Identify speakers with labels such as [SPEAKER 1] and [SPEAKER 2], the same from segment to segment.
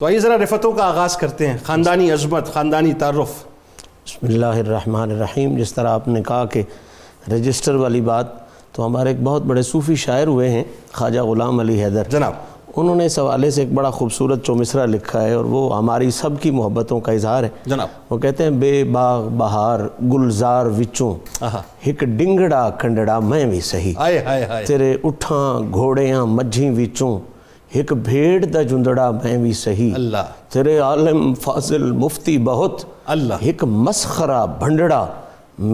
[SPEAKER 1] تو آئیے ذرا رفتوں کا آغاز کرتے ہیں خاندانی عظمت خاندانی تعارف
[SPEAKER 2] بسم اللہ الرحمن الرحیم جس طرح آپ نے کہا کہ رجسٹر والی بات تو ہمارے ایک بہت بڑے صوفی شاعر ہوئے ہیں خواجہ غلام علی حیدر
[SPEAKER 1] جناب
[SPEAKER 2] انہوں نے اس حوالے سے ایک بڑا خوبصورت چومصرہ لکھا ہے اور وہ ہماری سب کی محبتوں کا اظہار ہے
[SPEAKER 1] جناب
[SPEAKER 2] وہ کہتے ہیں بے باغ بہار گلزار وچوں
[SPEAKER 1] آہا
[SPEAKER 2] ہک ڈنگڑا کنڈڑا میں بھی سہی
[SPEAKER 1] آئے ہائے ہائے
[SPEAKER 2] تیرے اٹھاں گھوڑیاں مجھیں وچوں ہک بھیڑ دا جندڑا میں بھی سہی
[SPEAKER 1] اللہ
[SPEAKER 2] تیرے عالم فاضل مفتی بہت
[SPEAKER 1] اللہ
[SPEAKER 2] ایک مسخرا بھنڈڑا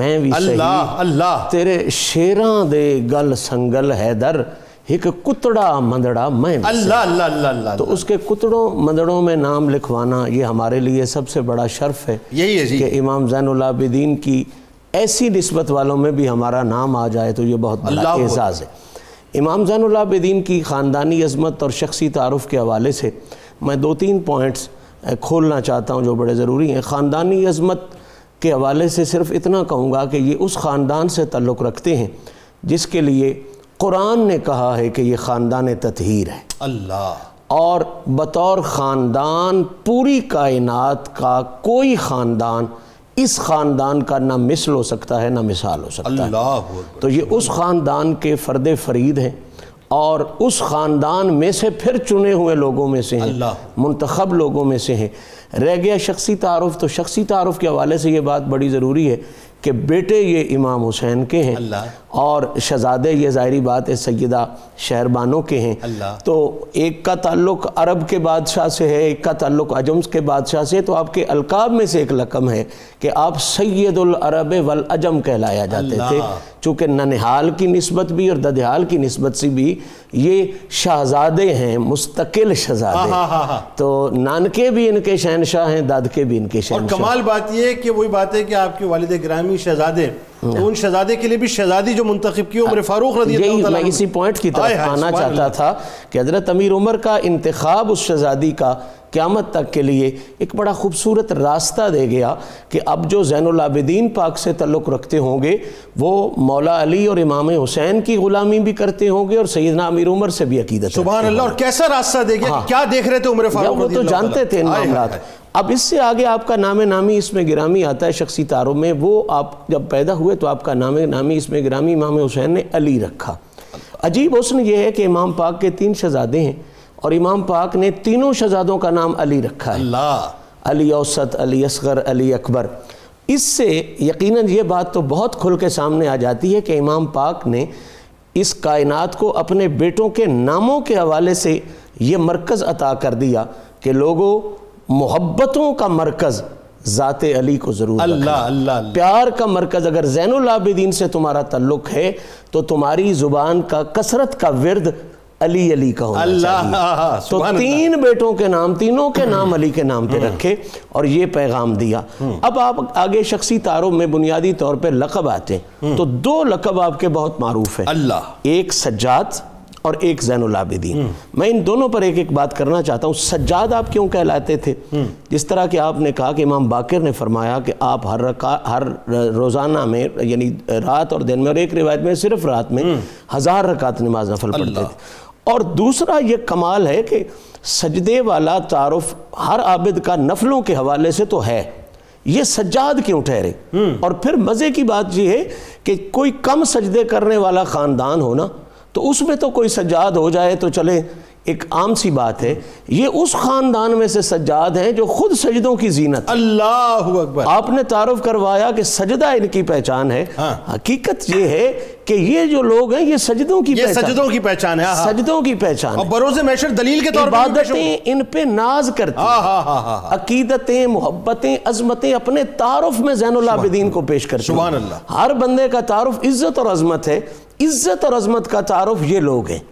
[SPEAKER 2] میں بھی صحیح
[SPEAKER 1] اللہ اللہ
[SPEAKER 2] تیرے شیراں دے گل سنگل حیدر ایک کتڑا مندڑا میں بھی
[SPEAKER 1] اللہ اللہ اللہ اللہ
[SPEAKER 2] تو اس کے کتڑوں مندڑوں میں نام لکھوانا یہ ہمارے لیے سب سے بڑا شرف ہے
[SPEAKER 1] یہی ہے جی
[SPEAKER 2] کہ امام زین العابدین کی ایسی نسبت والوں میں بھی ہمارا نام آ جائے تو یہ بہت بڑا
[SPEAKER 1] اللہ
[SPEAKER 2] اعزاز ہے امام زین العابدین کی خاندانی عظمت اور شخصی تعارف کے حوالے سے میں دو تین پوائنٹس اے، کھولنا چاہتا ہوں جو بڑے ضروری ہیں خاندانی عظمت کے حوالے سے صرف اتنا کہوں گا کہ یہ اس خاندان سے تعلق رکھتے ہیں جس کے لیے قرآن نے کہا ہے کہ یہ خاندان تطہیر ہے
[SPEAKER 1] اللہ
[SPEAKER 2] اور بطور خاندان پوری کائنات کا کوئی خاندان اس خاندان کا نہ مثل ہو سکتا ہے نہ مثال ہو سکتا ہے
[SPEAKER 1] اللہ اکبر
[SPEAKER 2] تو یہ اس خاندان کے فرد فرید ہیں اور اس خاندان میں سے پھر چنے ہوئے لوگوں میں سے ہیں
[SPEAKER 1] اللہ
[SPEAKER 2] منتخب لوگوں میں سے ہیں رہ گیا شخصی تعارف تو شخصی تعارف کے حوالے سے یہ بات بڑی ضروری ہے کہ بیٹے یہ امام حسین کے ہیں
[SPEAKER 1] اللہ
[SPEAKER 2] اور شہزادے یہ ظاہری بات ہے سیدہ شہربانوں کے ہیں
[SPEAKER 1] اللہ
[SPEAKER 2] تو ایک کا تعلق عرب کے بادشاہ سے ہے ایک کا تعلق اجمس کے بادشاہ سے ہے تو آپ کے القاب میں سے ایک لقم ہے کہ آپ سید العرب والاجم کہلایا جاتے
[SPEAKER 1] اللہ
[SPEAKER 2] تھے چونکہ ننہال کی نسبت بھی اور ددہال کی نسبت سے بھی یہ شہزادے ہیں مستقل
[SPEAKER 1] ہاں
[SPEAKER 2] شہزادے
[SPEAKER 1] ہاں ہاں ہاں
[SPEAKER 2] تو نانکے بھی ان کے شہنشاہ ہیں دادکے بھی ان کے
[SPEAKER 1] اور
[SPEAKER 2] شہنشاہ
[SPEAKER 1] کمال بات یہ ہے کہ وہی بات ہے کہ آپ کے والد گرامی شہزادے
[SPEAKER 2] ہاں۔
[SPEAKER 1] تو ان شہزادے کے لیے بھی شہزادی جو منتخب کی عمر فاروق رضی
[SPEAKER 2] یہی
[SPEAKER 1] اللہ
[SPEAKER 2] میں
[SPEAKER 1] تعالیٰ
[SPEAKER 2] اسی پوائنٹ کی
[SPEAKER 1] آئے
[SPEAKER 2] طرف
[SPEAKER 1] ہائے،
[SPEAKER 2] آنا
[SPEAKER 1] سبحان
[SPEAKER 2] چاہتا تھا کہ حضرت امیر عمر کا انتخاب اس شہزادی کا قیامت تک کے لیے ایک بڑا خوبصورت راستہ دے گیا کہ اب جو زین العابدین پاک سے تعلق رکھتے ہوں گے وہ مولا علی اور امام حسین کی غلامی بھی کرتے ہوں گے اور سیدنا امیر عمر سے بھی عقیدت
[SPEAKER 1] سبحان اللہ اور کیسا راستہ دے گیا کہ کیا دیکھ رہے تھے عمر
[SPEAKER 2] ہاں۔ یا
[SPEAKER 1] فاروق
[SPEAKER 2] وہ
[SPEAKER 1] رضی
[SPEAKER 2] تو
[SPEAKER 1] اللہ
[SPEAKER 2] جانتے
[SPEAKER 1] تعالیٰ
[SPEAKER 2] تھے ان
[SPEAKER 1] آئے ہائے
[SPEAKER 2] معاملات
[SPEAKER 1] ہائے۔
[SPEAKER 2] اب اس سے آگے آپ کا نام نامی اس میں گرامی آتا ہے شخصی تعاروں میں وہ آپ جب پیدا ہوئے تو آپ کا نام نامی اس میں گرامی امام حسین نے علی رکھا عجیب حسن یہ ہے کہ امام پاک کے تین شہزادے ہیں اور امام پاک نے تینوں شہزادوں کا نام علی رکھا ہے
[SPEAKER 1] اللہ
[SPEAKER 2] علی اوسط علی اصغر علی اکبر اس سے یقیناً یہ بات تو بہت کھل کے سامنے آ جاتی ہے کہ امام پاک نے اس کائنات کو اپنے بیٹوں کے ناموں کے حوالے سے یہ مرکز عطا کر دیا کہ لوگوں محبتوں کا مرکز ذات علی کو ضرور رکھنا
[SPEAKER 1] اللہ اللہ اللہ
[SPEAKER 2] پیار کا مرکز اگر زین العابدین سے تمہارا تعلق ہے تو تمہاری زبان کا کثرت کا ورد علی علی کا ہونا چاہیے
[SPEAKER 1] اللہ
[SPEAKER 2] تو
[SPEAKER 1] سبحان اللہ
[SPEAKER 2] تین بیٹوں کے نام تینوں کے نام علی کے نام پہ رکھے اور یہ پیغام دیا اب آپ آگے شخصی تعارف میں بنیادی طور پہ لقب آتے ہیں تو دو لقب آپ کے بہت معروف ہیں
[SPEAKER 1] اللہ
[SPEAKER 2] ایک سجاد اور ایک زین العابدین میں ان دونوں پر ایک ایک بات کرنا چاہتا ہوں سجاد آپ کیوں کہلاتے تھے جس طرح کہ آپ نے کہا کہ امام باقر نے فرمایا کہ آپ ہر رکا ہر روزانہ میں یعنی رات اور دن میں اور ایک روایت میں صرف رات میں ہزار رکعت نماز نفل پڑھتے تھے اور دوسرا یہ کمال ہے کہ سجدے والا تعارف ہر عابد کا نفلوں کے حوالے سے تو ہے یہ سجاد کیوں ٹھہرے اور پھر مزے کی بات یہ ہے کہ کوئی کم سجدے کرنے والا خاندان ہونا تو اس میں تو کوئی سجاد ہو جائے تو چلے ایک عام سی بات ہے یہ اس خاندان میں سے سجاد ہیں جو خود سجدوں کی زینت
[SPEAKER 1] اللہ اکبر
[SPEAKER 2] آپ نے تعارف کروایا کہ سجدہ ان کی پہچان ہے
[SPEAKER 1] ہاں۔
[SPEAKER 2] حقیقت یہ ہے کہ یہ جو لوگ ہیں یہ سجدوں کی
[SPEAKER 1] یہ
[SPEAKER 2] پہچان
[SPEAKER 1] سجدوں کی پہچان ہے آہا۔
[SPEAKER 2] سجدوں کی پہچان
[SPEAKER 1] اور بروز محشر دلیل کے طور پر بھی پیش ہو-
[SPEAKER 2] عبادتیں ان پہ ناز کرتی
[SPEAKER 1] ہاں ہاں ہاں ہاں ہاں۔
[SPEAKER 2] عقیدتیں محبتیں عظمتیں اپنے تعارف میں زین العابدین کو پیش کرتی
[SPEAKER 1] سبحان اللہ
[SPEAKER 2] ہر بندے کا تعارف عزت اور عظمت ہے عزت اور عظمت کا تعارف یہ لوگ ہیں